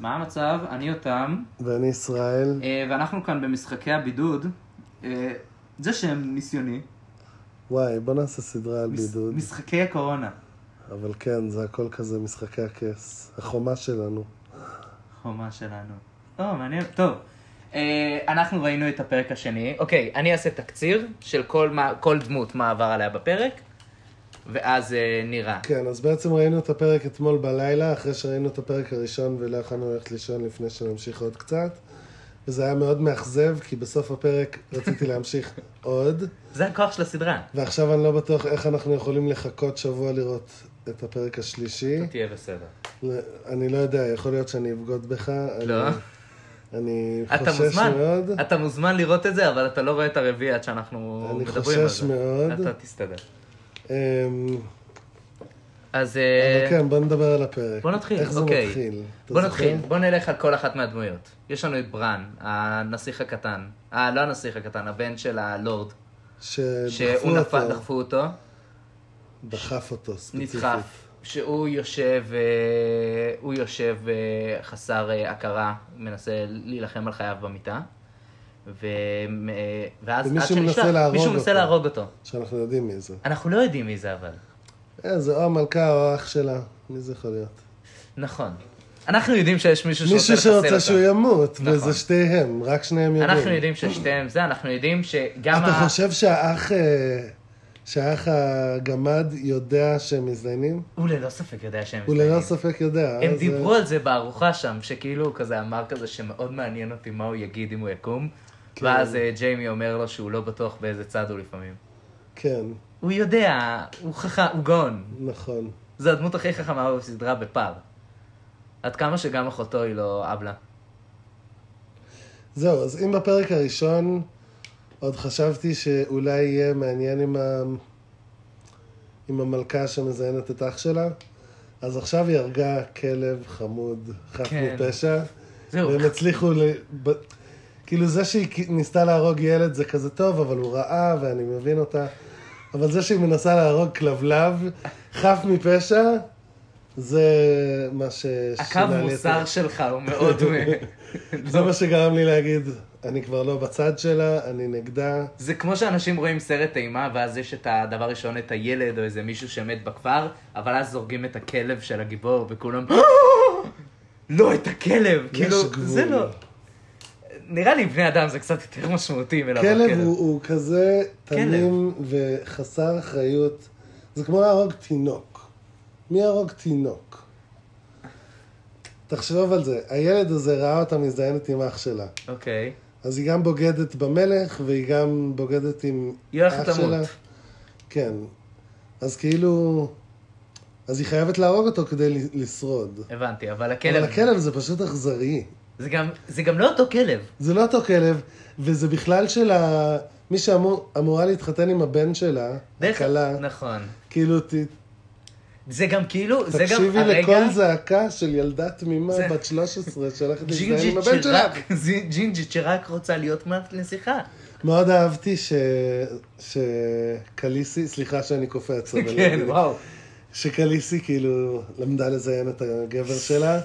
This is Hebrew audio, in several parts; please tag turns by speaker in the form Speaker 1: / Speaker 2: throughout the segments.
Speaker 1: מה המצב? אני יותם,
Speaker 2: ואני ישראל.
Speaker 1: אה, ואנחנו כאן במשחקי הבידוד. אה, זה שם ניסיוני.
Speaker 2: וואי, בוא נעשה סדרה על
Speaker 1: מש-
Speaker 2: בידוד.
Speaker 1: משחקי הקורונה.
Speaker 2: אבל כן, זה הכל כזה משחקי הכס. החומה שלנו.
Speaker 1: חומה שלנו. או, מעניין. טוב. אה, אנחנו ראינו את הפרק השני. אוקיי, אני אעשה תקציר של כל, מה, כל דמות מה עבר עליה בפרק, ואז אה, נראה.
Speaker 2: כן, אז בעצם ראינו את הפרק אתמול בלילה, אחרי שראינו את הפרק הראשון ולא יכולנו ללכת לישון לפני שנמשיך עוד קצת. וזה היה מאוד מאכזב, כי בסוף הפרק רציתי להמשיך עוד,
Speaker 1: זה הכוח של הסדרה.
Speaker 2: ועכשיו אני לא בטוח איך אנחנו יכולים לחכות שבוע לראות את הפרק השלישי.
Speaker 1: תהיה בסדר.
Speaker 2: אני לא יודע, יכול להיות שאני אבגוד בך. אני-
Speaker 1: לא.
Speaker 2: אני
Speaker 1: אתה
Speaker 2: חושש
Speaker 1: מוזמן,
Speaker 2: מאוד.
Speaker 1: אתה מוזמן לראות את זה, אבל אתה לא רואה את הרביעי עד שאנחנו
Speaker 2: אני
Speaker 1: מדברים על
Speaker 2: חושש
Speaker 1: זה.
Speaker 2: מאוד.
Speaker 1: אתה תסתדר.
Speaker 2: אמ,
Speaker 1: אז
Speaker 2: אבל
Speaker 1: אה,
Speaker 2: כן, בוא נדבר על הפרק.
Speaker 1: בוא נתחיל,
Speaker 2: איך זה
Speaker 1: אוקיי.
Speaker 2: מתחיל? אתה
Speaker 1: בוא
Speaker 2: זוכר?
Speaker 1: נתחיל, בוא נלך על כל אחת מהדמויות. יש לנו את ברן, הנסיך הקטן. אה, לא הנסיך הקטן, הבן של הלורד.
Speaker 2: שדחפו
Speaker 1: שהוא נפל,
Speaker 2: אותו,
Speaker 1: דחפו אותו,
Speaker 2: דחף אותו ספציפית.
Speaker 1: נדחף. שהוא יושב, אה, הוא יושב אה, חסר אה, הכרה, מנסה להילחם על חייו במיטה. ו- אה, ואז עד
Speaker 2: ומישהו
Speaker 1: שנשלח-
Speaker 2: מנסה להרוג
Speaker 1: מישהו מנסה
Speaker 2: אותו.
Speaker 1: להרוג אותו.
Speaker 2: שאנחנו יודעים מי זה.
Speaker 1: אנחנו לא יודעים מי זה אבל.
Speaker 2: אה, זה או המלכה או האח שלה, מי זה יכול להיות?
Speaker 1: נכון. אנחנו יודעים שיש מישהו שרוצה
Speaker 2: מישהו
Speaker 1: לחסל אותו.
Speaker 2: שרוצה שהוא ימות,
Speaker 1: נכון.
Speaker 2: וזה שתיהם, רק שניהם יודעים.
Speaker 1: אנחנו יודעים ששתיהם זה, אנחנו יודעים שגם
Speaker 2: אתה
Speaker 1: ה...
Speaker 2: חושב שהאח... אה, שהאח הגמד יודע שהם מזדיינים?
Speaker 1: הוא ללא ספק יודע שהם
Speaker 2: הוא
Speaker 1: מזדיינים.
Speaker 2: ללא ספק יודע.
Speaker 1: הם
Speaker 2: אז, אה,
Speaker 1: דיברו על זה בארוחה שם, שכאילו הוא כזה אמר כזה שמאוד מעניין אותי מה הוא יגיד אם הוא יקום.
Speaker 2: כן.
Speaker 1: ואז אה, ג'יימי אומר לו שהוא לא בטוח באיזה צד הוא לפעמים.
Speaker 2: אה, כן,
Speaker 1: הוא יודע, הוא חכם, הוא גאון.
Speaker 2: נכון.
Speaker 1: זו הדמות הכי חכמה בסדרה בפער. עד כמה שגם אחותו היא לא אבלה.
Speaker 2: זהו, אז אם בפרק הראשון עוד חשבתי שאולי יהיה מעניין עם, ה... עם המלכה שמזיינת את אח שלה, אז עכשיו היא הרגה כלב חמוד, חף
Speaker 1: כן.
Speaker 2: כן. מפשע,
Speaker 1: זהו,
Speaker 2: והם הצליחו ל... ב... כאילו זה שהיא כ- ניסתה להרוג ילד זה כזה טוב, אבל הוא רעה ואני מבין אותה, אבל זה שהיא מנסה להרוג כלבלב, חף מפשע, זה מה
Speaker 1: הקו
Speaker 2: ששינה לי את
Speaker 1: מוסר שלך הוא מאוד לא דומה.
Speaker 2: זה מה שגרם לי להגיד, אני כבר לא בצד שלה, אני נגדה.
Speaker 1: זה כמו שאנשים רואים סרט אימה, ואז יש את הדבר ראשון, את הילד או איזה מישהו שמת בכפר, אבל אז זורגים את הכלב של הגיבור, וכולם... לא, את הכלב!
Speaker 2: יש
Speaker 1: כאילו,
Speaker 2: גבול.
Speaker 1: זה לא... נראה לי עם בני אדם זה קצת יותר משמעותי מלעבור
Speaker 2: כלב הוא, הוא כזה
Speaker 1: כלב.
Speaker 2: תמים וחסר אחריות. זה כמו להרוג תינוק. מי יהרוג תינוק? תחשוב על זה, הילד הזה ראה אותה מזדיינת עם אח שלה.
Speaker 1: אוקיי.
Speaker 2: אז היא גם בוגדת במלך, והיא גם בוגדת עם
Speaker 1: היא הולכת
Speaker 2: אח שלה.
Speaker 1: למות.
Speaker 2: כן. אז כאילו... אז היא חייבת להרוג אותו כדי ל- לשרוד.
Speaker 1: הבנתי, אבל
Speaker 2: אבל
Speaker 1: הכלב...
Speaker 2: הכלב זה פשוט אכזרי.
Speaker 1: זה גם- זה גם לא אותו כלב.
Speaker 2: זה לא אותו כלב, וזה בכלל של ה... מי שאמורה להתחתן עם הבן שלה,
Speaker 1: דרך-
Speaker 2: הכלה,
Speaker 1: נכון.
Speaker 2: כאילו, ת...
Speaker 1: זה גם כאילו, זה גם
Speaker 2: תקשיבי
Speaker 1: הרגע...
Speaker 2: לכל זעקה של ילדה תמימה
Speaker 1: זה-
Speaker 2: בת 13 שהולכת להזדהן עם
Speaker 1: ג'ינג'ית
Speaker 2: הבן
Speaker 1: שרק,
Speaker 2: שלך.
Speaker 1: ג'ינג'ית שרק רוצה להיות מעט לשיחה.
Speaker 2: מאוד אהבתי ש... שקליסי, סליחה שאני קופץ, אבל...
Speaker 1: כן, וואו.
Speaker 2: שקליסי כאילו למדה לזיין את הגבר שלה.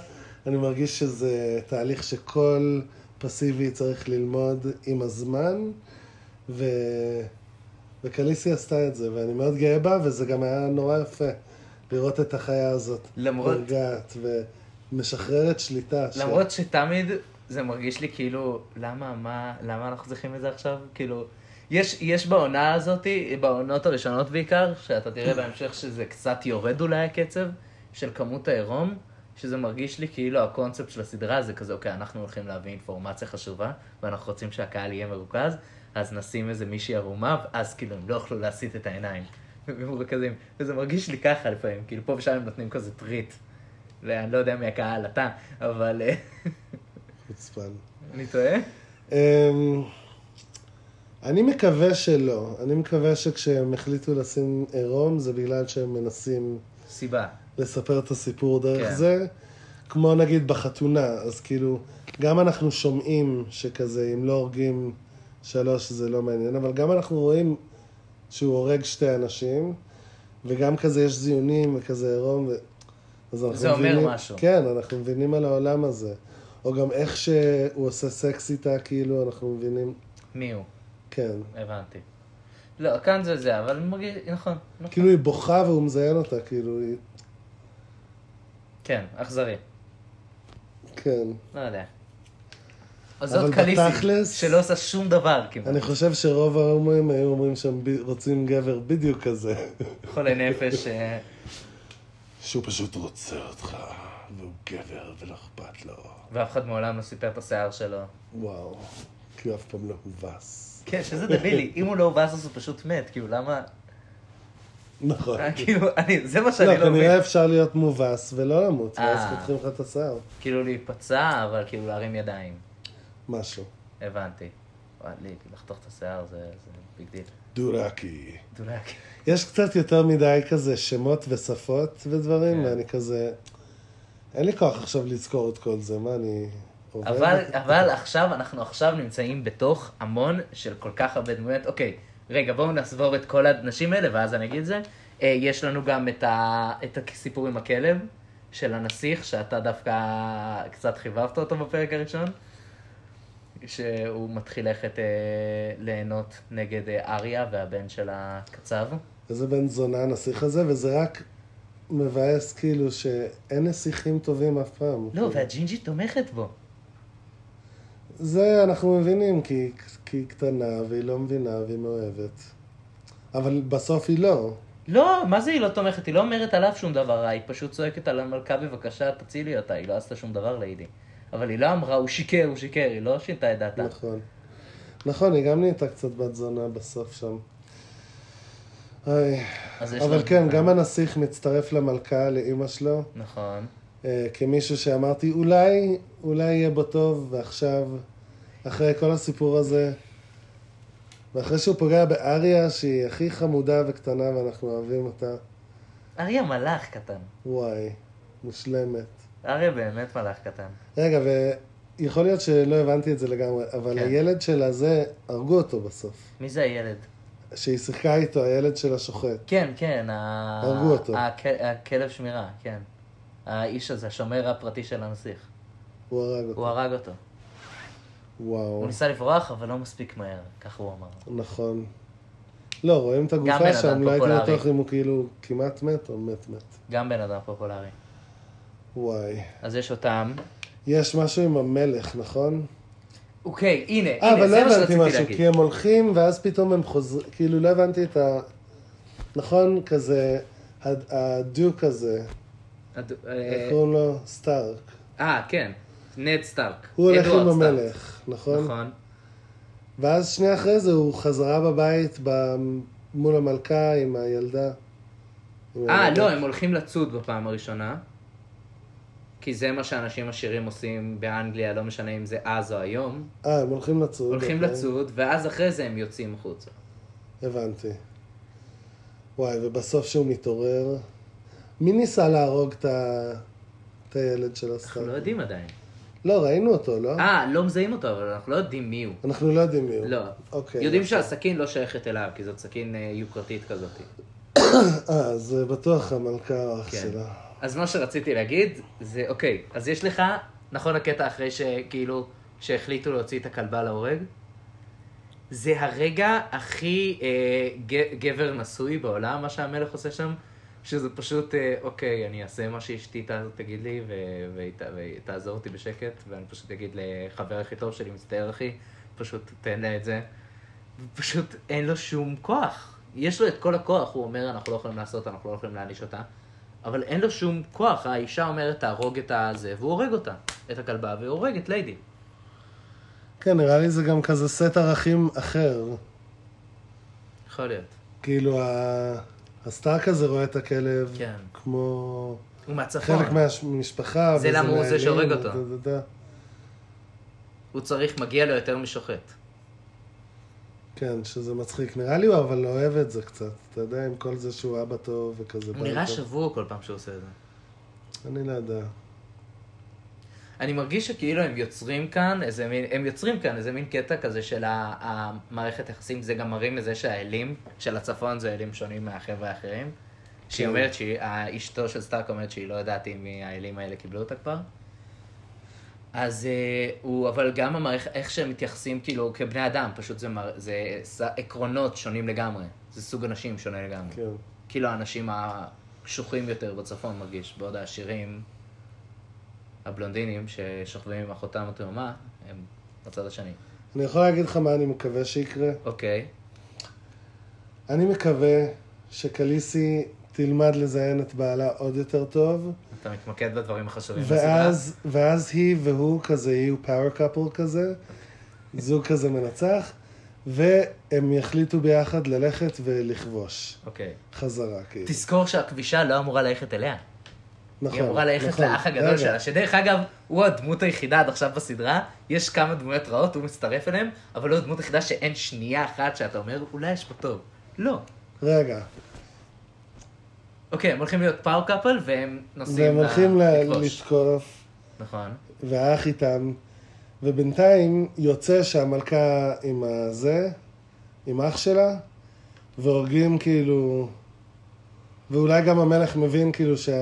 Speaker 2: אני מרגיש שזה תהליך שכל פסיבי צריך ללמוד עם הזמן, ו... וקליסי עשתה את זה, ואני מאוד גאה בה, וזה גם היה נורא יפה לראות את החיה הזאת.
Speaker 1: למרות-
Speaker 2: הרגעת ומשחררת שליטה. ש-
Speaker 1: למרות שתמיד זה מרגיש לי כאילו, למה, מה, למה אנחנו צריכים את זה עכשיו? כאילו, יש, יש בעונה הזאת, בעונות הראשונות בעיקר, שאתה תראה בהמשך שזה קצת יורד אולי הקצב של כמות העירום, שזה מרגיש לי כאילו הקונספט של הסדרה זה כזה, אוקיי, אנחנו הולכים להביא אינפורמציה חשובה, ואנחנו רוצים שהקהל יהיה מרוכז, אז נשים איזה מישהי ערומה, ואז כאילו הם לא יוכלו להסיט את העיניים. הם מרוכזים, וזה מרגיש לי ככה לפעמים, כאילו פה ושם הם נותנים כזה טריט. אני לא יודע מי הקהל, אתה, אבל אה,
Speaker 2: חוצפן.
Speaker 1: אני טועה?
Speaker 2: אמ, אני מקווה שלא. אני מקווה שכשהם החליטו לשים עירום, זה בגלל שהם מנסים
Speaker 1: סיבה.
Speaker 2: לספר את הסיפור דרך
Speaker 1: כן.
Speaker 2: כן. זה, כמו נגיד בחתונה, אז כאילו, גם אנחנו שומעים שכזה, אם לא הורגים שלוש זה לא מעניין, אבל גם אנחנו רואים שהוא הורג שתי אנשים, וגם כזה יש זיונים וכזה עירום, ו... אז אנחנו
Speaker 1: זה אומר
Speaker 2: מבינים,
Speaker 1: משהו.
Speaker 2: כן, אנחנו מבינים על העולם הזה. או גם איך שהוא עושה סקס איתה, כאילו, אנחנו מבינים,
Speaker 1: מי הוא?
Speaker 2: כן.
Speaker 1: הבנתי. לא, כאן זה זה, אבל מרגיש, נכון. נכון.
Speaker 2: כאילו היא בוכה והוא מזיין אותה, כאילו, היא...
Speaker 1: כן, אכזרי.
Speaker 2: כן.
Speaker 1: לא יודע. אז
Speaker 2: אבל
Speaker 1: זאת קליסי,
Speaker 2: בתכלס-
Speaker 1: שלא עושה שום דבר כמעט.
Speaker 2: אני חושב שרוב ההומואים היו אומרים שהם ב- רוצים גבר בדיוק כזה.
Speaker 1: חולה נפש. אה,
Speaker 2: שהוא פשוט רוצה אותך, והוא גבר ולא אכפת לו.
Speaker 1: ואף אחד מעולם לא סיפר את השיער שלו.
Speaker 2: וואו, כי הוא אף פעם לא הובס.
Speaker 1: כן, שזה דבילי. אם הוא לא הובס אז הוא פשוט מת, כאילו, למה...
Speaker 2: נכון.
Speaker 1: אה, כאילו, אני, זה מה שאני
Speaker 2: לא,
Speaker 1: לא מבין.
Speaker 2: כנראה אפשר להיות מובס ולא למות,
Speaker 1: אה.
Speaker 2: ואז חותכים לך את השיער.
Speaker 1: כאילו להיפצע, אבל כאילו להרים ידיים.
Speaker 2: משהו.
Speaker 1: הבנתי. וואי, לי, לחתוך את השיער זה זה ביג דיל.
Speaker 2: דורקי.
Speaker 1: דולק.
Speaker 2: יש קצת יותר מדי כזה שמות ושפות ודברים,
Speaker 1: כן.
Speaker 2: ואני כזה... אין לי כוח עכשיו לזכור את כל זה, מה אני... עובד?
Speaker 1: אבל, אבל עכשיו, אנחנו עכשיו נמצאים בתוך המון של כל כך הרבה דמויות. אוקיי, רגע, בואו נסבור את כל הנשים האלה, ואז אני אגיד את זה. אה, יש לנו גם את, ה, את הסיפור עם הכלב של הנסיך, שאתה דווקא קצת חיבבת אותו בפרק הראשון, שהוא מתחיל ללכת אה, ליהנות נגד אה, אריה והבן של הקצב.
Speaker 2: איזה בן זונה הנסיך הזה, וזה רק מבאס כאילו שאין נסיכים טובים אף פעם.
Speaker 1: לא,
Speaker 2: כאילו.
Speaker 1: והג'ינג'י תומכת בו.
Speaker 2: זה אנחנו מבינים, כי היא- כי היא קטנה, והיא לא מבינה, והיא מאוהבת. אבל בסוף היא לא.
Speaker 1: לא, מה זה היא לא תומכת? היא לא אומרת עליו שום דבר רע, היא פשוט צועקת על המלכה בבקשה תצילי אותה, היא לא עשתה שום דבר ליידי. אבל היא לא אמרה, הוא שיקר, הוא שיקר, היא לא שינתה את דעתה.
Speaker 2: נכון. נכון, היא גם נהייתה קצת בת זונה בסוף שם. איי.
Speaker 1: אז יש
Speaker 2: אבל
Speaker 1: לנו-
Speaker 2: כן, גם הנסיך מצטרף למלכה, לאימא שלו,
Speaker 1: נכון.
Speaker 2: אה, כמישהו שאמרתי, אולי, אולי יהיה בו טוב, ועכשיו, אחרי כל הסיפור הזה, ואחרי שהוא פוגע באריה, שהיא הכי חמודה וקטנה ואנחנו אוהבים אותה,
Speaker 1: אריה מלאך קטן.
Speaker 2: וואי, מושלמת.
Speaker 1: אריה באמת מלאך קטן.
Speaker 2: רגע, ויכול להיות שלא הבנתי את זה לגמרי, אבל
Speaker 1: כן.
Speaker 2: הילד שלה זה, הרגו אותו בסוף.
Speaker 1: מי זה הילד?
Speaker 2: שהיא שיחקה איתו, הילד של השוחט.
Speaker 1: כן, כן, ה-
Speaker 2: הרגו אותו.
Speaker 1: הכ- הכלב שמירה, כן. האיש הזה, השומר הפרטי של הנסיך.
Speaker 2: הוא הרג אותו.
Speaker 1: הוא הרג אותו.
Speaker 2: וואו,
Speaker 1: הוא ניסה לברוח, אבל לא מספיק מהר, כך הוא אמר.
Speaker 2: נכון. לא, רואים את
Speaker 1: גם בן
Speaker 2: הגופה
Speaker 1: אדם
Speaker 2: שם, לא הייתי
Speaker 1: פופולרי.
Speaker 2: בטוח אם הוא כאילו כמעט מת או מת מת.
Speaker 1: גם בן אדם פופולרי.
Speaker 2: וואי.
Speaker 1: אז יש אותם.
Speaker 2: יש משהו עם המלך, נכון?
Speaker 1: אוקיי, הנה,
Speaker 2: אה,
Speaker 1: הנה,
Speaker 2: אבל לא
Speaker 1: זה מה
Speaker 2: הבנתי
Speaker 1: שרציתי
Speaker 2: משהו,
Speaker 1: להגיד.
Speaker 2: כי הם הולכים ואז פתאום הם חוזרים, כאילו לא הבנתי את ה... נכון, כזה, הד- הדוק הזה,
Speaker 1: הד-
Speaker 2: איך
Speaker 1: אה,
Speaker 2: קוראים לו? סטארק.
Speaker 1: אה, כן. נד סטארק.
Speaker 2: הוא הולך
Speaker 1: אדוארד
Speaker 2: עם
Speaker 1: סטארק.
Speaker 2: המלך, נכון?
Speaker 1: נכון.
Speaker 2: ואז שנייה אחרי זה הוא חזרה בבית ב- מול המלכה עם הילדה. עם
Speaker 1: אה,
Speaker 2: הילדה.
Speaker 1: לא, הם הולכים לצוד בפעם הראשונה. כי זה מה שאנשים עשירים עושים באנגליה, לא משנה אם זה אז או היום.
Speaker 2: אה, הם הולכים לצוד.
Speaker 1: הולכים
Speaker 2: אוקיי.
Speaker 1: לצוד, ואז אחרי זה הם יוצאים החוצה.
Speaker 2: הבנתי. וואי, ובסוף שהוא מתעורר, מי ניסה להרוג את ה... את הילד של הסתם?
Speaker 1: אנחנו לא יודעים עדיין.
Speaker 2: לא, ראינו אותו, לא?
Speaker 1: אה, לא מזהים אותו, אבל אנחנו לא יודעים מי הוא.
Speaker 2: אנחנו לא יודעים מי הוא.
Speaker 1: לא.
Speaker 2: אוקיי.
Speaker 1: יודעים שהסכין לא שייכת אליו, כי זאת סכין אה, יוקרתית כזאת.
Speaker 2: אה, אז אה, בטוח המלכה או אח
Speaker 1: כן.
Speaker 2: שלה.
Speaker 1: אז מה שרציתי להגיד, זה אוקיי, אז יש לך, נכון הקטע אחרי שכאילו, שהחליטו להוציא את הכלבה להורג? זה הרגע הכי אה, ג- גבר נשוי בעולם, מה שהמלך עושה שם, שזה פשוט, אה, אוקיי, אני אעשה מה שאשתי ת- תגיד לי, ו- והיא ת- והיא תעזור אותי בשקט, ואני פשוט אגיד לחבר הכי טוב שלי, מצטער אחי, פשוט תן לה את זה. פשוט אין לו שום כוח. יש לו את כל הכוח, הוא אומר, אנחנו לא יכולים לעשות, אנחנו לא יכולים להעניש אותה, אבל אין לו שום כוח. האישה אומרת, תהרוג את הזה, והוא הורג אותה, את הכלבה, והוא הורג את ליידי.
Speaker 2: כן, נראה לי זה גם כזה סט ערכים אחר.
Speaker 1: יכול להיות.
Speaker 2: כאילו, ה- הסטארק הזה רואה את הכלב
Speaker 1: כן.
Speaker 2: כמו
Speaker 1: הוא מהצפון.
Speaker 2: חלק מהמשפחה.
Speaker 1: זה
Speaker 2: וזה
Speaker 1: למה הוא זה
Speaker 2: נהלים,
Speaker 1: שהורג אותו.
Speaker 2: דה, דה, דה.
Speaker 1: הוא צריך, מגיע לו יותר משוחט.
Speaker 2: כן, שזה מצחיק. נראה לי הוא אבל לא אוהב את זה קצת. אתה יודע, עם כל זה שהוא אבא טוב וכזה.
Speaker 1: הוא
Speaker 2: בא
Speaker 1: נראה
Speaker 2: איתו.
Speaker 1: שבור כל פעם שהוא עושה את זה.
Speaker 2: אני לא יודע.
Speaker 1: אני מרגיש שכאילו הם יוצרים כאן איזה מין, הם יוצרים כאן איזה מין קטע כזה של ה- המערכת יחסים, זה גם מראים לזה שהאלים של הצפון זה אלים שונים מהחבר'ה האחרים. שהיא אומרת שהיא, אשתו של סטארק אומרת שהיא לא יודעת אם האלים האלה קיבלו אותה כבר. אז אה, הוא, אבל גם המערכת, איך שהם מתייחסים כאילו כבני אדם, פשוט זה, מר- זה ס- עקרונות שונים לגמרי. זה סוג אנשים שונה לגמרי.
Speaker 2: כן.
Speaker 1: כאילו האנשים הקשוחים יותר בצפון מרגיש, בעוד העשירים, הבלונדינים ששוכבים עם אחותם התאומה, הם בצד השני.
Speaker 2: אני יכול להגיד לך מה אני מקווה שיקרה?
Speaker 1: אוקיי,
Speaker 2: אני מקווה שקליסי תלמד לזיין את בעלה עוד יותר טוב,
Speaker 1: אתה מתמקד בדברים החשובים בסדרה.
Speaker 2: ואז, ואז היא והוא כזה יהיו פאוור קאפל כזה, זוג כזה מנצח, והם יחליטו ביחד ללכת ולכבוש.
Speaker 1: אוקיי.
Speaker 2: חזרה, כאילו.
Speaker 1: תזכור שהכבישה לא אמורה ללכת אליה.
Speaker 2: נכון,
Speaker 1: היא אמורה ללכת
Speaker 2: נכון.
Speaker 1: לאח הגדול
Speaker 2: רגע,
Speaker 1: שלה, שדרך אגב, הוא הדמות היחידה עד עכשיו בסדרה, יש כמה דמויות רעות, הוא מצטרף אליהן, אבל הוא הדמות היחידה שאין שנייה אחת שאתה אומר, אולי יש פה טוב. לא.
Speaker 2: רגע,
Speaker 1: אוקיי, הם הולכים להיות פאור קאפל, והם נוסעים
Speaker 2: והם הולכים ל-
Speaker 1: לכבוש.
Speaker 2: לתקוף,
Speaker 1: נכון.
Speaker 2: והאח איתם, ובינתיים יוצא שהמלכה עם הזה, עם אח שלה, והורגים כאילו, ואולי גם המלך מבין כאילו שה...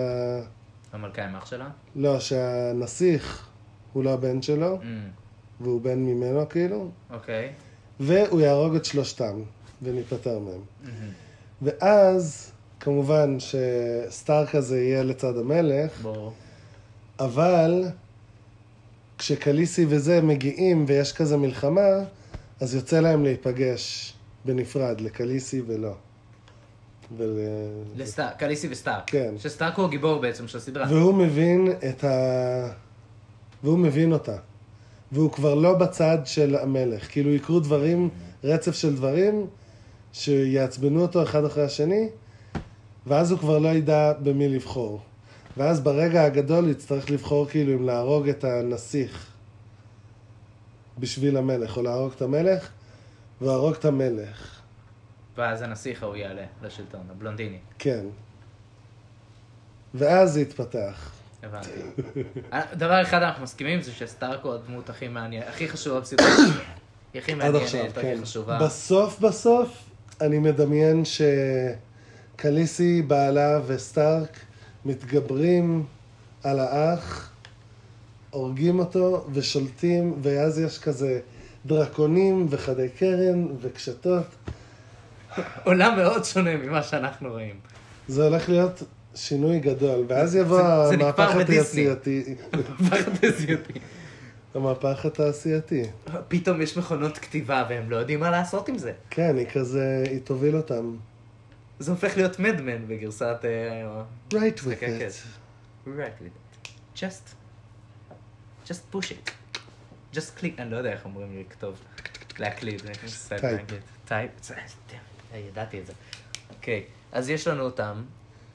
Speaker 1: המלכה עם אח שלה.
Speaker 2: לא, שהנסיך הוא לא הבן שלו,
Speaker 1: אמ,
Speaker 2: והוא בן ממנו כאילו,
Speaker 1: אוקיי.
Speaker 2: והוא יהרוג את שלושתם, וניפטר מהם. ואז, כמובן שסטארק הזה יהיה לצד המלך,
Speaker 1: ברור.
Speaker 2: אבל כשקליסי וזה מגיעים ויש כזה מלחמה, אז יוצא להם להיפגש בנפרד, לקליסי ולא. ול...
Speaker 1: לסטארק, קליסי וסטארק.
Speaker 2: כן.
Speaker 1: שסטארק הוא הגיבור בעצם של הסדרה.
Speaker 2: והוא מבין את ה... והוא מבין אותה. והוא כבר לא בצד של המלך. כאילו יקרו דברים, רצף של דברים, שיעצבנו אותו אחד אחרי השני, ואז הוא כבר לא ידע במי לבחור. ואז ברגע הגדול יצטרך לבחור כאילו אם להרוג את הנסיך בשביל המלך, או להרוג את המלך, והרוג את המלך.
Speaker 1: ואז הנסיך ההוא יעלה לשלטון, הבלונדיני.
Speaker 2: כן. ואז זה יתפתח.
Speaker 1: הבנתי. דבר אחד אנחנו מסכימים זה שסטארק הוא הדמות הכי מעניינת, הכי חשובה בסדרה. היא הכי
Speaker 2: עד עכשיו,
Speaker 1: מעניינת,
Speaker 2: כן.
Speaker 1: הכי חשובה.
Speaker 2: בסוף בסוף, אני מדמיין שקליסי, בעלה וסטארק מתגברים על האח, הורגים אותו ושולטים, ואז יש כזה דרקונים וחדי קרן וקשתות.
Speaker 1: עולם מאוד שונה ממה שאנחנו רואים.
Speaker 2: זה הולך להיות שינוי גדול, ואז יבוא
Speaker 1: זה- זה נקבר
Speaker 2: המהפך
Speaker 1: בדיסני.
Speaker 2: התעשייתי.
Speaker 1: פרדסיותי.
Speaker 2: המהפך התעשייתי.
Speaker 1: פתאום יש מכונות כתיבה והם לא יודעים מה לעשות עם זה.
Speaker 2: כן, היא כזה, היא תוביל אותם.
Speaker 1: זה הופך להיות מדמן בגרסת... אה,
Speaker 2: Right with
Speaker 1: משחקי
Speaker 2: it.
Speaker 1: כס. Right with it. Just... Just push it. Just click, אני לא יודע איך אומרים לי לכתוב, להקליד, אני חושב
Speaker 2: Type.
Speaker 1: טייפ, ידעתי את זה. אוקיי, אז יש לנו אותם,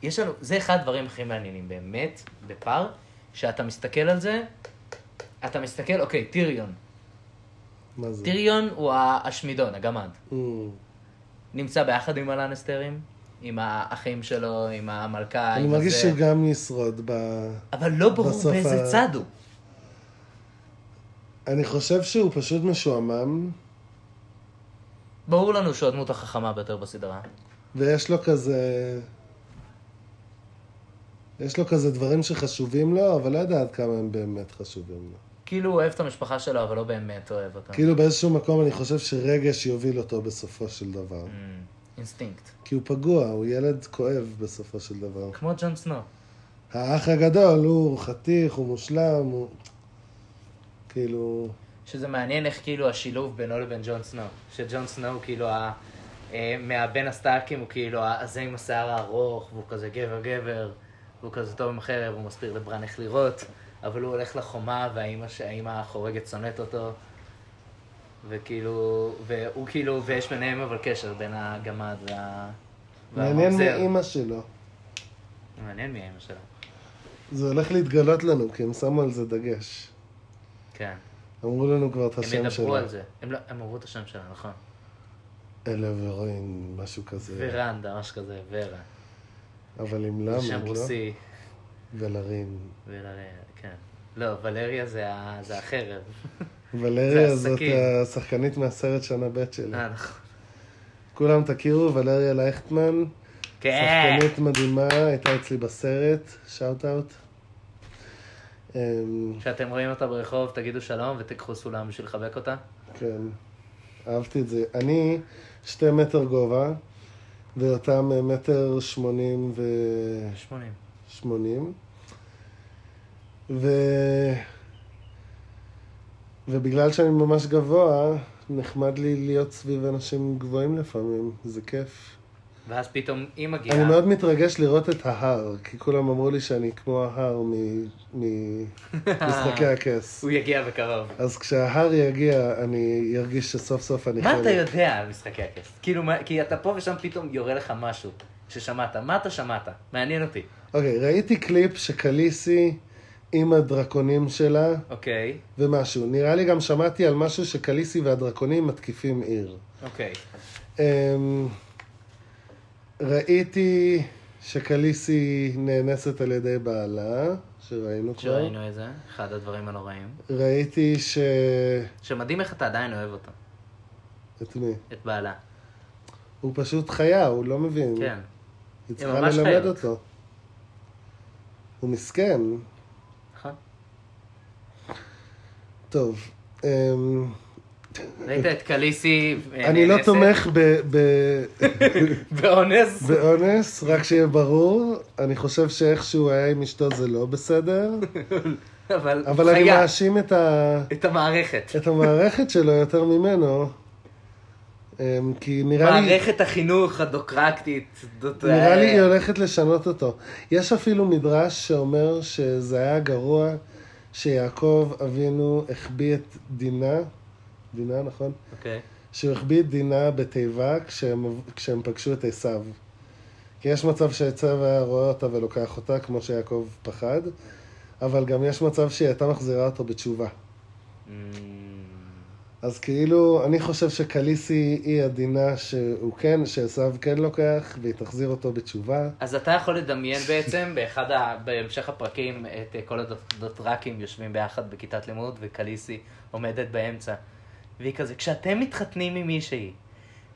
Speaker 1: יש לנו, זה אחד הדברים הכי מעניינים באמת, בפער, שאתה מסתכל על זה, אתה מסתכל, אוקיי, טיריון.
Speaker 2: מה זה?
Speaker 1: טיריון הוא השמידון, הגמד.
Speaker 2: Mm.
Speaker 1: נמצא ביחד עם הלנסטרים, עם האחים שלו, עם המלכה,
Speaker 2: אני
Speaker 1: עם
Speaker 2: מרגיש
Speaker 1: הזה.
Speaker 2: שהוא גם ישרוד ב...
Speaker 1: אבל לא ברור
Speaker 2: בסוף
Speaker 1: באיזה
Speaker 2: ה-
Speaker 1: צד הוא.
Speaker 2: אני חושב שהוא פשוט משועמם,
Speaker 1: ברור לנו שהוא הדמות החכמה ביותר בסדרה.
Speaker 2: ויש לו כזה... יש לו כזה דברים שחשובים לו, אבל לא יודע עד כמה הם באמת חשובים לו.
Speaker 1: כאילו הוא אוהב את המשפחה שלו, אבל לא באמת אוהב אותה.
Speaker 2: כאילו באיזשהו מקום אני חושב שרגש יוביל אותו בסופו של דבר.
Speaker 1: Mm, אינסטינקט.
Speaker 2: כי הוא פגוע, הוא ילד כואב בסופו של דבר.
Speaker 1: כמו ג'ון סנו.
Speaker 2: האח הגדול, הוא חתיך, הוא מושלם, הוא... כאילו...
Speaker 1: שזה מעניין איך כאילו השילוב בינו לבין ג'ון סנו. שג'ון סנו הוא כאילו ה... אה, מהבן הסטארקים הוא כאילו ה- הזה עם השיער הארוך, והוא כזה גבר גבר, והוא כזה טוב עם חרב, הוא מסביר לברן איך לירות, אבל הוא הולך לחומה והאימא ש- האימא החורגת שונאת אותו. וכאילו, והוא כאילו, ויש ביניהם אבל קשר בין הגמד וה...
Speaker 2: מעניין
Speaker 1: והממזר.
Speaker 2: מאימא שלו.
Speaker 1: מעניין מי האמא שלו.
Speaker 2: זה הולך להתגלות לנו, כי הם שמו על זה דגש.
Speaker 1: כן.
Speaker 2: אמרו לנו כבר את
Speaker 1: הם
Speaker 2: השם שלו.
Speaker 1: ידברו על זה. הם לא- הם אמרו את השם שלה, נכון.
Speaker 2: אלה ורוין, משהו כזה.
Speaker 1: ורנדה, משהו כזה, ורה.
Speaker 2: אבל עם למה,
Speaker 1: שם
Speaker 2: לא?
Speaker 1: רוסי.
Speaker 2: ולרין.
Speaker 1: ולריה, כן. לא, ולריה זה, ה... זה החרב.
Speaker 2: ולריה
Speaker 1: זה
Speaker 2: זאת
Speaker 1: הסכין.
Speaker 2: השחקנית מהסרט שנה ב' שלי.
Speaker 1: אה, נכון.
Speaker 2: כולם תכירו, ולריה לייכטמן,
Speaker 1: כן.
Speaker 2: שחקנית מדהימה, הייתה אצלי בסרט, שאוט אאוט. אמ,
Speaker 1: כשאתם רואים אותה ברחוב, תגידו שלום ותיקחו סולם בשביל לחבק אותה.
Speaker 2: כן, אהבתי את זה. אני שתי מטר גובה, ואותם אה, מטר שמונים ו... כן.
Speaker 1: 80.
Speaker 2: שמונים. ו... ובגלל שאני ממש גבוה, נחמד לי להיות סביב אנשים גבוהים לפעמים, זה כיף.
Speaker 1: ואז פתאום היא מגיעה.
Speaker 2: אני מאוד מתרגש לראות את ההר, כי כולם אמרו לי שאני כמו ההר ממשחקי הכס.
Speaker 1: הוא יגיע בקרוב.
Speaker 2: אז כשההר יגיע, אני ארגיש שסוף סוף אני
Speaker 1: מה אתה יודע על משחקי הכס? כאילו, מה- כי אתה פה ושם פתאום יורה לך משהו ששמעת. מה אתה שמעת? מעניין אותי.
Speaker 2: אוקיי, ראיתי קליפ שקליסי עם הדרקונים שלה
Speaker 1: אוקיי,
Speaker 2: ומשהו. נראה לי גם שמעתי על משהו שקליסי והדרקונים מתקיפים עיר.
Speaker 1: אוקיי.
Speaker 2: אמ, ראיתי שקליסי נאנסת על ידי בעלה, שראינו כבר.
Speaker 1: שראינו את זה, לא אחד הדברים הנוראים.
Speaker 2: ראיתי ש...
Speaker 1: שמדהים איך אתה עדיין אוהב אותו,
Speaker 2: את מי?
Speaker 1: את בעלה.
Speaker 2: הוא פשוט חיה, הוא לא מבין.
Speaker 1: כן.
Speaker 2: היא
Speaker 1: הן
Speaker 2: צריכה
Speaker 1: ממש
Speaker 2: ללמד
Speaker 1: חיות.
Speaker 2: אותו. הוא מסכן.
Speaker 1: נכון.
Speaker 2: טוב. אמ,
Speaker 1: ראית את קליסי אה,
Speaker 2: אני לא
Speaker 1: נאנסת
Speaker 2: תומך ב- ב-
Speaker 1: באונס?
Speaker 2: באונס, רק שיהיה ברור. אני חושב שאיכשהו היה עם אשתו זה לא בסדר.
Speaker 1: אבל
Speaker 2: אבל אני
Speaker 1: חיה
Speaker 2: מאשים את ה...
Speaker 1: את המערכת.
Speaker 2: את המערכת שלו יותר ממנו, אמ, כי נראה לי,
Speaker 1: מערכת החינוך הדוקרקטית. זאת,
Speaker 2: נראה
Speaker 1: אה,
Speaker 2: לי היא הולכת לשנות אותו. יש אפילו מדרש שאומר שזה היה גרוע שיעקב אבינו החביא את דינה, דינה נכון?
Speaker 1: אוקיי.
Speaker 2: שהוא החביא את דינה בתיבה כשהם, כשהם פגשו את עשיו. כי יש מצב שעשיו היה רואה אותה ולוקח אותה, כמו שיעקב פחד, אבל גם יש מצב שהיא הייתה מחזירה אותו בתשובה.
Speaker 1: אמ,
Speaker 2: אז כאילו, אני חושב שקליסי היא עדינה שהוא כן, שעשו כן לוקח, והיא תחזיר אותו בתשובה.
Speaker 1: אז אתה יכול לדמיין בעצם באחד ה... בהמשך הפרקים את אה, כל הדוטרקים יושבים ביחד בכיתת לימוד וקליסי עומדת באמצע. והיא כזה, כשאתם מתחתנים עם מישהי,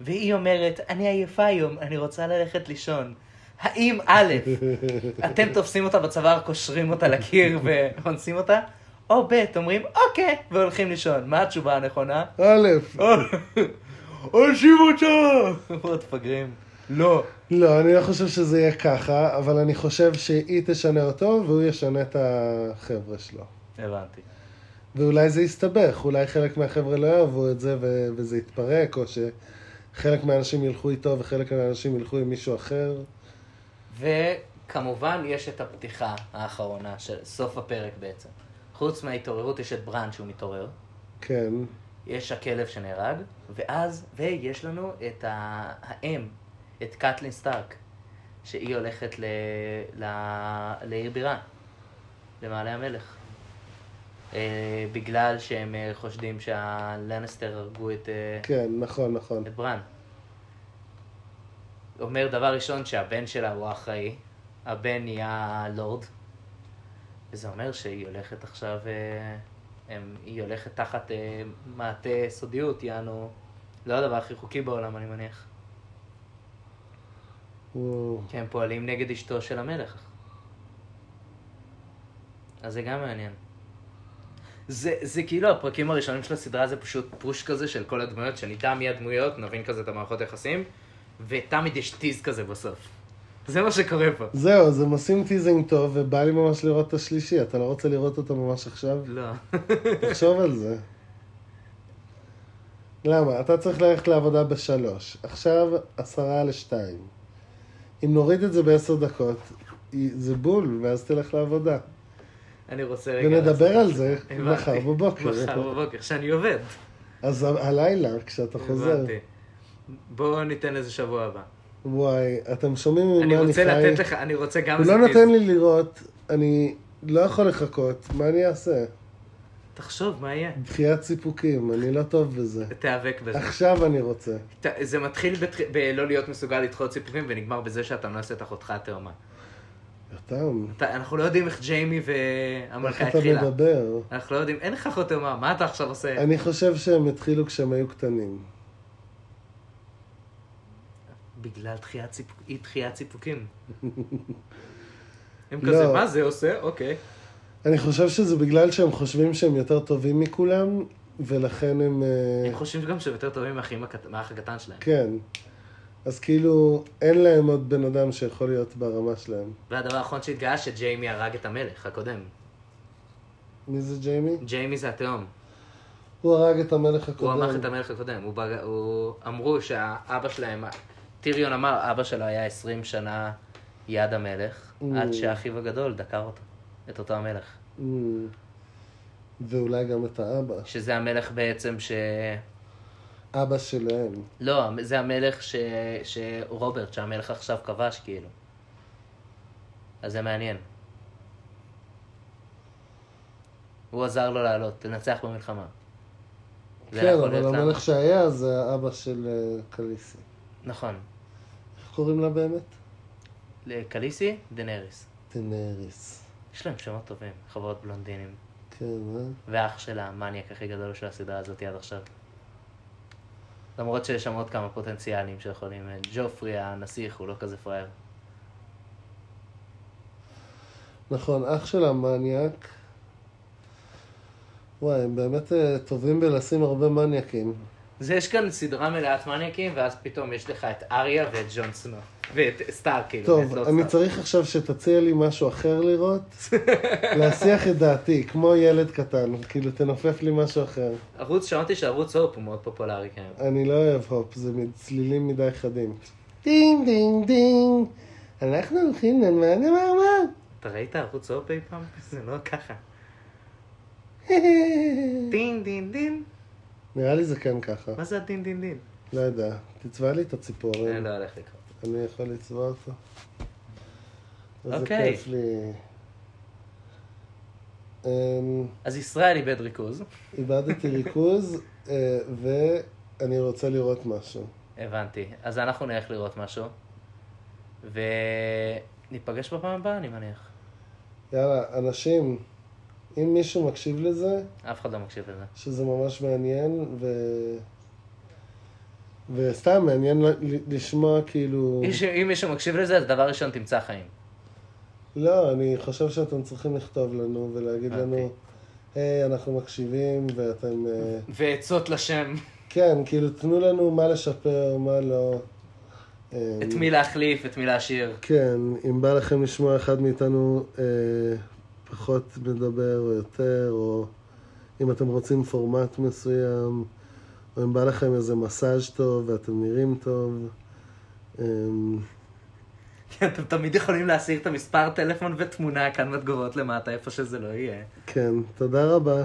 Speaker 1: והיא אומרת, אני עייפה היום, אני רוצה ללכת לישון. האם א', אתם תופסים אותה בצוואר, קושרים אותה לקיר ואונסים אותה, או ב', אומרים, אוקיי, והולכים לישון. מה התשובה הנכונה?
Speaker 2: א',
Speaker 1: אנשים אותה! עוד פגרים. לא.
Speaker 2: לא, אני לא חושב שזה יהיה ככה, אבל אני חושב שהיא תשנה אותו, והוא ישנה את החבר'ה שלו.
Speaker 1: הבנתי.
Speaker 2: ואולי זה יסתבך, אולי חלק מהחבר'ה לא יאהבו את זה ו- וזה יתפרק, או שחלק מהאנשים ילכו איתו וחלק מהאנשים ילכו עם מישהו אחר.
Speaker 1: וכמובן יש את הפתיחה האחרונה של סוף הפרק בעצם. חוץ מההתעוררות יש את ברן שהוא מתעורר,
Speaker 2: כן,
Speaker 1: יש הכלב שנהרג, ואז, ויש לנו את ה- האם, את קטלין סטארק, שהיא הולכת ל... ל... לעיר בירה, למעלה המלך. אה, בגלל שהם אה, חושדים שהלנסטר הרגו את... אה,
Speaker 2: כן, נכון, נכון.
Speaker 1: את ברן. אומר דבר ראשון שהבן שלה הוא האחראי, הבן נהיה לורד, וזה אומר שהיא הולכת עכשיו, אה, הם, היא הולכת תחת אה, מעטה סודיות, יענו, לא הדבר הכי חוקי בעולם אני מניח,
Speaker 2: וואו.
Speaker 1: כי הם פועלים נגד אשתו של המלך. אז זה גם מעניין. זה, זה כאילו הפרקים הראשונים של הסדרה זה פשוט פוש כזה של כל הדמויות, שנדע מי הדמויות, נבין כזה את המערכות היחסים, ותמיד יש טיז כזה בסוף. זה מה שקורה פה.
Speaker 2: זהו, אז הם עושים טיזינג טוב, ובא לי ממש לראות את השלישי. אתה לא רוצה לראות אותו ממש עכשיו?
Speaker 1: לא.
Speaker 2: תחשוב על זה. למה? אתה צריך ללכת לעבודה בשלוש. עכשיו עשרה לשתיים. אם נוריד את זה בעשר דקות, היא- זה בול, ואז תלך לעבודה.
Speaker 1: אני רוצה רגע...
Speaker 2: ונדבר
Speaker 1: לעשות-
Speaker 2: על זה
Speaker 1: הבנתי.
Speaker 2: מחר בבוקר.
Speaker 1: מחר בבוקר, שאני עובד.
Speaker 2: אז ה- הלילה, כשאתה חוזר,
Speaker 1: הבנתי. בואו ניתן לזה שבוע הבא.
Speaker 2: וואי, אתם שומעים ממה
Speaker 1: אני
Speaker 2: אני חי?
Speaker 1: רוצה לתת לך, אני רוצה גם
Speaker 2: הוא
Speaker 1: איזה
Speaker 2: לא
Speaker 1: טיז.
Speaker 2: נותן לי לראות, אני לא יכול לחכות, מה אני אעשה?
Speaker 1: תחשוב, מה יהיה?
Speaker 2: דחיית סיפוקים, אני לא טוב בזה.
Speaker 1: תיאבק בזה.
Speaker 2: עכשיו אני רוצה.
Speaker 1: ת- זה מתחיל בתח... בלא להיות מסוגל לדחות סיפורים ונגמר בזה שאתה מנסה את אחותך התאומה.
Speaker 2: יותם,
Speaker 1: אתה- אנחנו לא יודעים איך ג'יימי
Speaker 2: איך
Speaker 1: והמלכה
Speaker 2: אתה
Speaker 1: התחילה.
Speaker 2: מדבר?
Speaker 1: אנחנו לא יודעים, אין לך אחות תאומה, מה אתה עכשיו עושה?
Speaker 2: אני חושב שהם התחילו כשהם היו קטנים.
Speaker 1: בגלל דחיית סיפוק- אי דחיית סיפוקים. הם
Speaker 2: לא.
Speaker 1: כזה, מה זה עושה? אוקיי.
Speaker 2: אני חושב שזה בגלל שהם חושבים שהם יותר טובים מכולם, ולכן הם... אה,
Speaker 1: הם חושבים גם שהם יותר טובים מהאחים הקט- מהאח הקטן שלהם.
Speaker 2: כן. אז כאילו, אין להם עוד בן אדם שיכול להיות ברמה שלהם.
Speaker 1: והדבר האחרון שהתגאה שג'יימי הרג את המלך הקודם.
Speaker 2: מי זה ג'יימי?
Speaker 1: ג'יימי זה התהום.
Speaker 2: הוא הרג את המלך הקודם.
Speaker 1: הוא אמר את המלך הקודם, הוא, בג... הוא אמרו שהאבא שלהם, טיריון אמר, אבא שלו היה 20 שנה יד המלך,
Speaker 2: Mm.
Speaker 1: עד שאחיו הגדול דקר אותו, את אותו המלך.
Speaker 2: אמ, ואולי גם את האבא.
Speaker 1: שזה המלך בעצם ש...
Speaker 2: אבא שלהם.
Speaker 1: לא, זה המלך ש... שרוברט, שהמלך עכשיו כבש, כאילו. אז זה מעניין. הוא עזר לו לעלות, לנצח במלחמה. זה
Speaker 2: כן,
Speaker 1: יכול
Speaker 2: אבל
Speaker 1: להיות למה.
Speaker 2: המלך שהיה זה האבא של אה, קליסי.
Speaker 1: נכון.
Speaker 2: איך קוראים לה באמת?
Speaker 1: קליסי, דנריס.
Speaker 2: דנריס.
Speaker 1: יש להם שמות טובים, חברות בלונדינים.
Speaker 2: כן, אה?
Speaker 1: ואח שלה, המניאק הכי גדול של הסדרה הזאת עד עכשיו. למרות שיש שם עוד כמה פוטנציאלים שיכולים... אה, ג'ופרי הנסיך הוא לא כזה פראייר.
Speaker 2: נכון, אח של המניאק. וואי, הם באמת אה, טובים בלשים הרבה מניאקים.
Speaker 1: אז יש כאן סדרה מלאת מניאקים, ואז פתאום יש לך את אריה ואת ג'ון סנו. ואת סטאר, כאילו. ואת
Speaker 2: טוב,
Speaker 1: לא
Speaker 2: אני
Speaker 1: סטאר.
Speaker 2: צריך עכשיו שתציע לי משהו אחר לראות, להסיח את דעתי, כמו ילד קטן, כאילו תנופף לי משהו אחר.
Speaker 1: ערוץ, שמעתי שערוץ הופ הוא מאוד פופולרי, כן.
Speaker 2: אני לא אוהב הופ, זה צלילים מדי חדים. דינג דינג דינג, אנחנו הולכים לנמל נמרמר.
Speaker 1: אתה ראית ערוץ הופ אי פעם? זה לא ככה. דין דין דין.
Speaker 2: נראה לי זה כן ככה,
Speaker 1: מה זה הדין דין דין?
Speaker 2: לא יודע. תצבע לי את
Speaker 1: זה
Speaker 2: הציפורן,
Speaker 1: לא הולך לקרות.
Speaker 2: אני יכול לצבע אותו. איזה
Speaker 1: אוקיי.
Speaker 2: כיף לי. אמ,
Speaker 1: אז ישראל איבד ריכוז.
Speaker 2: איבדתי ריכוז, אה, ואני רוצה לראות משהו.
Speaker 1: הבנתי. אז אנחנו נלך לראות משהו. וניפגש בפעם הבאה, אני מניח.
Speaker 2: יאללה, אנשים, אם מישהו מקשיב לזה,
Speaker 1: אף אחד לא מקשיב לזה.
Speaker 2: שזה ממש מעניין, ו... וסתם, מעניין ל- לשמוע כאילו...
Speaker 1: איש- אם מישהו מקשיב לזה, אז דבר ראשון תמצא חיים.
Speaker 2: לא, אני חושב שאתם צריכים לכתוב לנו ולהגיד לנו,
Speaker 1: הבנתי.
Speaker 2: היי, אנחנו מקשיבים, ואתם... אה,
Speaker 1: ועצות לשם.
Speaker 2: כן, כאילו, תנו לנו מה לשפר, מה לא. אה,
Speaker 1: את מי להחליף, את מי להשאיר.
Speaker 2: כן, אם בא לכם לשמוע אחד מאיתנו אה, פחות מדבר או יותר, או אם אתם רוצים פורמט מסוים, או אם בא לכם איזה מסאז' טוב ואתם נראים טוב. אה,
Speaker 1: אתם תמיד יכולים להסיר את המספר טלפון ותמונה כאן בתגובות למטה, איפה שזה לא יהיה.
Speaker 2: כן, תודה רבה.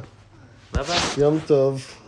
Speaker 1: ביי ביי.
Speaker 2: יום טוב.